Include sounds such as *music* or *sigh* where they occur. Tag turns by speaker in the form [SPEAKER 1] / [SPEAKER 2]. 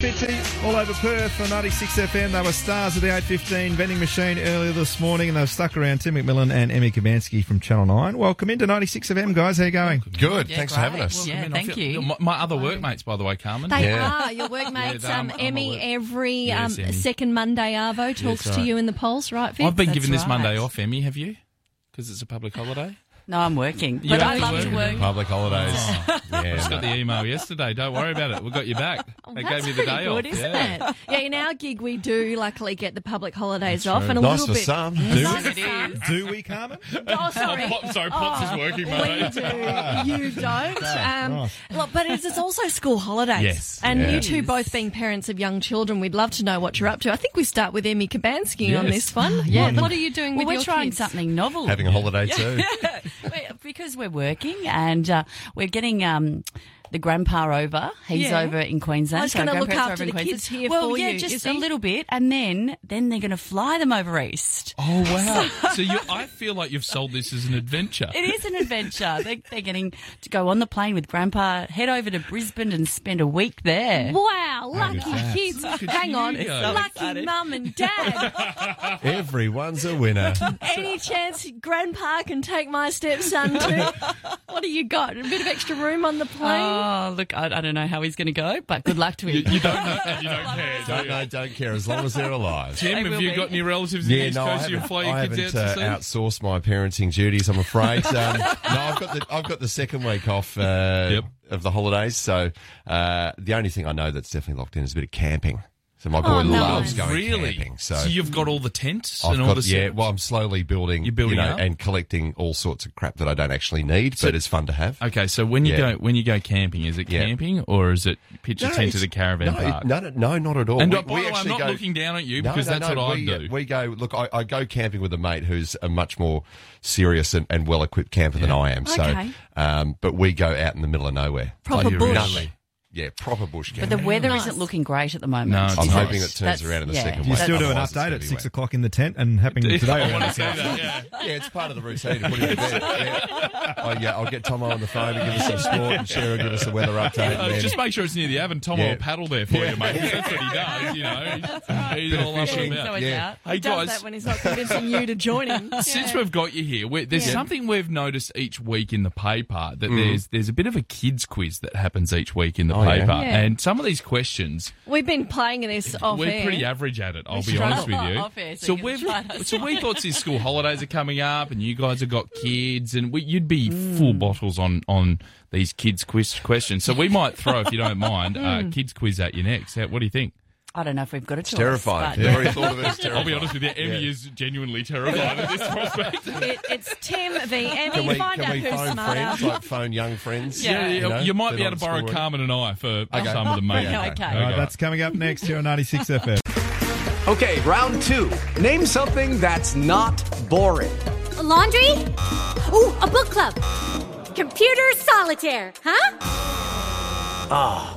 [SPEAKER 1] Bitty all over Perth on 96 FM. They were stars of the 815 vending machine earlier this morning, and they've stuck around Tim McMillan and Emmy Kabansky from Channel 9. Welcome into 96 FM, guys. How you going?
[SPEAKER 2] Good. Thanks for having us.
[SPEAKER 3] Welcome in. I
[SPEAKER 4] thank
[SPEAKER 3] feel-
[SPEAKER 4] you.
[SPEAKER 3] My, my other workmates, by the way, Carmen.
[SPEAKER 5] They
[SPEAKER 2] Yeah.
[SPEAKER 5] are your
[SPEAKER 3] *laughs*
[SPEAKER 5] workmates.
[SPEAKER 3] Yeah,
[SPEAKER 5] um,
[SPEAKER 3] I'm- I'm
[SPEAKER 5] Emmy
[SPEAKER 3] aware.
[SPEAKER 5] every
[SPEAKER 3] Yes,
[SPEAKER 5] um,
[SPEAKER 3] Emmy.
[SPEAKER 5] second Monday Arvo talks to
[SPEAKER 3] right.
[SPEAKER 5] you in the polls, right? Vic?
[SPEAKER 3] I've been
[SPEAKER 4] That's
[SPEAKER 3] given this
[SPEAKER 4] right.
[SPEAKER 3] Monday off, Emmy. Have you? Because it's a public holiday.
[SPEAKER 4] No, I'm working, but
[SPEAKER 3] You
[SPEAKER 4] I *laughs*
[SPEAKER 3] actually
[SPEAKER 4] love to work.
[SPEAKER 2] Public holidays. *laughs* yeah,
[SPEAKER 3] Got the email yesterday. Don't worry about it. We got you back. They
[SPEAKER 5] Oh, That's
[SPEAKER 3] gave me the
[SPEAKER 5] pretty
[SPEAKER 3] day
[SPEAKER 5] good,
[SPEAKER 3] off.
[SPEAKER 5] isn't
[SPEAKER 3] yeah.
[SPEAKER 5] it? Yeah, in our gig we do luckily get the public holidays off, and a
[SPEAKER 2] nice
[SPEAKER 5] little
[SPEAKER 2] for
[SPEAKER 5] bit.
[SPEAKER 2] some.
[SPEAKER 5] Nice for some.
[SPEAKER 1] Do we, Carmen?
[SPEAKER 5] Oh,
[SPEAKER 3] *laughs*
[SPEAKER 5] sorry.
[SPEAKER 3] Pop, sorry, Pops is working,
[SPEAKER 5] Oh. We
[SPEAKER 3] *laughs* mate.
[SPEAKER 5] do. You don't. Um, look, but it's, it's also school holidays.
[SPEAKER 3] Yes.
[SPEAKER 5] And
[SPEAKER 2] Yeah.
[SPEAKER 5] you two both being parents of young children, we'd love to know what you're up to. I think we start with Emmy Kabansky on
[SPEAKER 3] Yes.
[SPEAKER 5] this one. Yeah. What are you doing
[SPEAKER 4] Well,
[SPEAKER 5] with
[SPEAKER 4] we're
[SPEAKER 5] your
[SPEAKER 4] trying
[SPEAKER 5] kids?
[SPEAKER 4] something novel
[SPEAKER 2] Having a holiday too.
[SPEAKER 4] We're- because we're working and uh, we're getting um, the grandpa over. He's
[SPEAKER 5] Yeah.
[SPEAKER 4] over in Queensland.
[SPEAKER 5] Oh, he's
[SPEAKER 4] so
[SPEAKER 5] gonna look
[SPEAKER 4] grandparents are
[SPEAKER 5] after
[SPEAKER 4] over in
[SPEAKER 5] the
[SPEAKER 4] Queensland.
[SPEAKER 5] kids here
[SPEAKER 4] well,
[SPEAKER 5] for
[SPEAKER 4] yeah,
[SPEAKER 5] you,
[SPEAKER 4] just
[SPEAKER 5] is
[SPEAKER 4] a
[SPEAKER 5] he?
[SPEAKER 4] little bit, and then then they're going to fly them over east.
[SPEAKER 3] Oh, wow. So you, I feel like you've sold this as an adventure.
[SPEAKER 4] It is an
[SPEAKER 2] *laughs*
[SPEAKER 4] adventure. they're, they're getting to go on the plane with grandpa, head over to Brisbane, and spend a week there.
[SPEAKER 5] Wow, lucky kids. Hang
[SPEAKER 3] you
[SPEAKER 5] on.
[SPEAKER 3] go. So
[SPEAKER 5] Lucky
[SPEAKER 4] excited.
[SPEAKER 5] mum and *laughs* dad.
[SPEAKER 2] Everyone's a winner. *laughs*
[SPEAKER 5] Any chance grandpa can take my stepson too? *laughs* What do you got? A bit of extra room on the plane?
[SPEAKER 4] Oh, look, I, I don't know how he's going to go, but good luck to him.
[SPEAKER 3] You don't know. and You don't care. do
[SPEAKER 2] don't
[SPEAKER 3] you?
[SPEAKER 2] know, don't care, as long as they're alive.
[SPEAKER 3] Jim,
[SPEAKER 4] They
[SPEAKER 3] have
[SPEAKER 4] will
[SPEAKER 3] you
[SPEAKER 4] be.
[SPEAKER 3] got any relatives in the
[SPEAKER 2] Yeah,
[SPEAKER 3] East
[SPEAKER 2] no, I
[SPEAKER 3] Coast you
[SPEAKER 2] haven't,
[SPEAKER 3] fly
[SPEAKER 2] I
[SPEAKER 3] your
[SPEAKER 2] haven't
[SPEAKER 3] kids
[SPEAKER 2] uh,
[SPEAKER 3] out to see?
[SPEAKER 2] outsourced my parenting duties. I'm afraid. Um, *laughs* no, I've got the I've got the second week off uh,
[SPEAKER 3] Yep.
[SPEAKER 2] of the holidays. So uh, the only thing I know that's definitely locked in is a bit of camping. So my boy
[SPEAKER 5] Oh, nice.
[SPEAKER 2] loves going
[SPEAKER 3] really?
[SPEAKER 2] camping. So,
[SPEAKER 3] you've got all the tents
[SPEAKER 2] I've
[SPEAKER 3] and all
[SPEAKER 2] got,
[SPEAKER 3] the
[SPEAKER 2] yeah.
[SPEAKER 3] set-
[SPEAKER 2] Well, I'm slowly building.
[SPEAKER 3] You're building
[SPEAKER 2] you know,
[SPEAKER 3] up?
[SPEAKER 2] and collecting all sorts of crap that I don't actually need, but it's fun to have.
[SPEAKER 3] Okay, so when you
[SPEAKER 2] Yeah.
[SPEAKER 3] go when you go camping, is it
[SPEAKER 2] Yeah.
[SPEAKER 3] camping or is it pitch your tent to
[SPEAKER 2] it's-
[SPEAKER 3] the caravan
[SPEAKER 2] no,
[SPEAKER 3] park?
[SPEAKER 2] No, no, no, not at all.
[SPEAKER 3] And
[SPEAKER 2] We-
[SPEAKER 3] uh, by
[SPEAKER 2] we
[SPEAKER 3] the way, I'm
[SPEAKER 2] actually
[SPEAKER 3] not
[SPEAKER 2] go-
[SPEAKER 3] looking down at you
[SPEAKER 2] No,
[SPEAKER 3] because
[SPEAKER 2] no, no,
[SPEAKER 3] that's what
[SPEAKER 2] we,
[SPEAKER 3] I do.
[SPEAKER 2] We go look. I, I go camping with a mate who's a much more serious and, and well equipped camper than I am. So,
[SPEAKER 5] Okay.
[SPEAKER 2] um, but we go out in the middle of nowhere,
[SPEAKER 5] Proper
[SPEAKER 2] Like,
[SPEAKER 5] bush.
[SPEAKER 2] nothing. Yeah, proper bush
[SPEAKER 4] But
[SPEAKER 2] camping.
[SPEAKER 4] the weather
[SPEAKER 5] Nice.
[SPEAKER 4] isn't looking great at the moment.
[SPEAKER 3] No, it's
[SPEAKER 2] I'm
[SPEAKER 3] That's-
[SPEAKER 2] hoping it turns
[SPEAKER 4] That's-
[SPEAKER 2] around in the
[SPEAKER 4] yeah.
[SPEAKER 2] second.
[SPEAKER 1] You
[SPEAKER 2] wave.
[SPEAKER 1] still do an
[SPEAKER 2] Otherwise, it's
[SPEAKER 1] update
[SPEAKER 2] gonna
[SPEAKER 1] at
[SPEAKER 2] be
[SPEAKER 1] 6
[SPEAKER 2] wet.
[SPEAKER 1] o'clock in the tent and happening today.
[SPEAKER 3] I want to
[SPEAKER 1] around
[SPEAKER 3] say
[SPEAKER 1] six.
[SPEAKER 3] that. Yeah.
[SPEAKER 2] Yeah, it's part of the routine. Put him to bed.
[SPEAKER 5] *laughs*
[SPEAKER 2] Yeah. Oh, yeah, I'll get Tomo on the phone to give us some sport, and Sarah give us a weather update.
[SPEAKER 3] Uh,
[SPEAKER 2] and then-
[SPEAKER 3] just make sure it's near the oven. Tom
[SPEAKER 2] Yeah.
[SPEAKER 3] will paddle there for you, mate. 'cause That's what he does. You know,
[SPEAKER 2] *laughs*
[SPEAKER 3] he's, he's all up and
[SPEAKER 4] So
[SPEAKER 3] about.
[SPEAKER 4] it's
[SPEAKER 2] Yeah.
[SPEAKER 4] out.
[SPEAKER 3] Hey
[SPEAKER 5] He
[SPEAKER 3] guys,
[SPEAKER 5] does that when he's not convincing you to join him.
[SPEAKER 3] since we've got you here, we there's something we've noticed each week in the pay part that there's there's a bit of a kids quiz that happens each week in
[SPEAKER 2] Mm.
[SPEAKER 3] the
[SPEAKER 2] Oh,
[SPEAKER 3] pay
[SPEAKER 2] yeah?
[SPEAKER 3] part,
[SPEAKER 5] Yeah.
[SPEAKER 3] and some of these questions
[SPEAKER 5] *laughs* We've been playing this off
[SPEAKER 3] we're
[SPEAKER 5] air.
[SPEAKER 3] pretty average at it. I'll be
[SPEAKER 4] struggle.
[SPEAKER 3] honest with you.
[SPEAKER 4] *laughs* Off air, so
[SPEAKER 3] so
[SPEAKER 4] you can try
[SPEAKER 3] we've
[SPEAKER 4] us.
[SPEAKER 3] so we thought since school holidays are coming up, and you guys have
[SPEAKER 4] *laughs*
[SPEAKER 3] got kids, and we, you'd be
[SPEAKER 4] Mm.
[SPEAKER 3] full bottles on on these kids quiz questions. So we might throw, if you
[SPEAKER 4] *laughs*
[SPEAKER 3] don't mind, uh,
[SPEAKER 4] Mm.
[SPEAKER 3] kids quiz at you next. How- What do you think?
[SPEAKER 4] I don't know if we've got it. to us,
[SPEAKER 2] terrified.
[SPEAKER 4] but-
[SPEAKER 2] The very thought of it is
[SPEAKER 3] I'll
[SPEAKER 2] terrifying.
[SPEAKER 3] be honest with you, Emmy is
[SPEAKER 4] *laughs*
[SPEAKER 3] genuinely terrified at this prospect.
[SPEAKER 5] It, it's Tim v. Emmy.
[SPEAKER 2] Can we,
[SPEAKER 5] Find
[SPEAKER 2] can
[SPEAKER 5] out
[SPEAKER 2] we
[SPEAKER 5] who's
[SPEAKER 2] phone
[SPEAKER 5] smarter.
[SPEAKER 2] friends, like phone young friends?
[SPEAKER 3] Yeah, you,
[SPEAKER 2] know,
[SPEAKER 3] you
[SPEAKER 2] they're
[SPEAKER 3] might be able
[SPEAKER 2] not
[SPEAKER 3] to borrow
[SPEAKER 2] schoolwork.
[SPEAKER 3] Carmen and I for some of the money.
[SPEAKER 4] Okay, okay.
[SPEAKER 1] All right, that's coming up next here on 96 FM.
[SPEAKER 6] Okay, round two. Name something that's not boring.
[SPEAKER 7] laundry? Ooh, a book club. Computer solitaire, huh?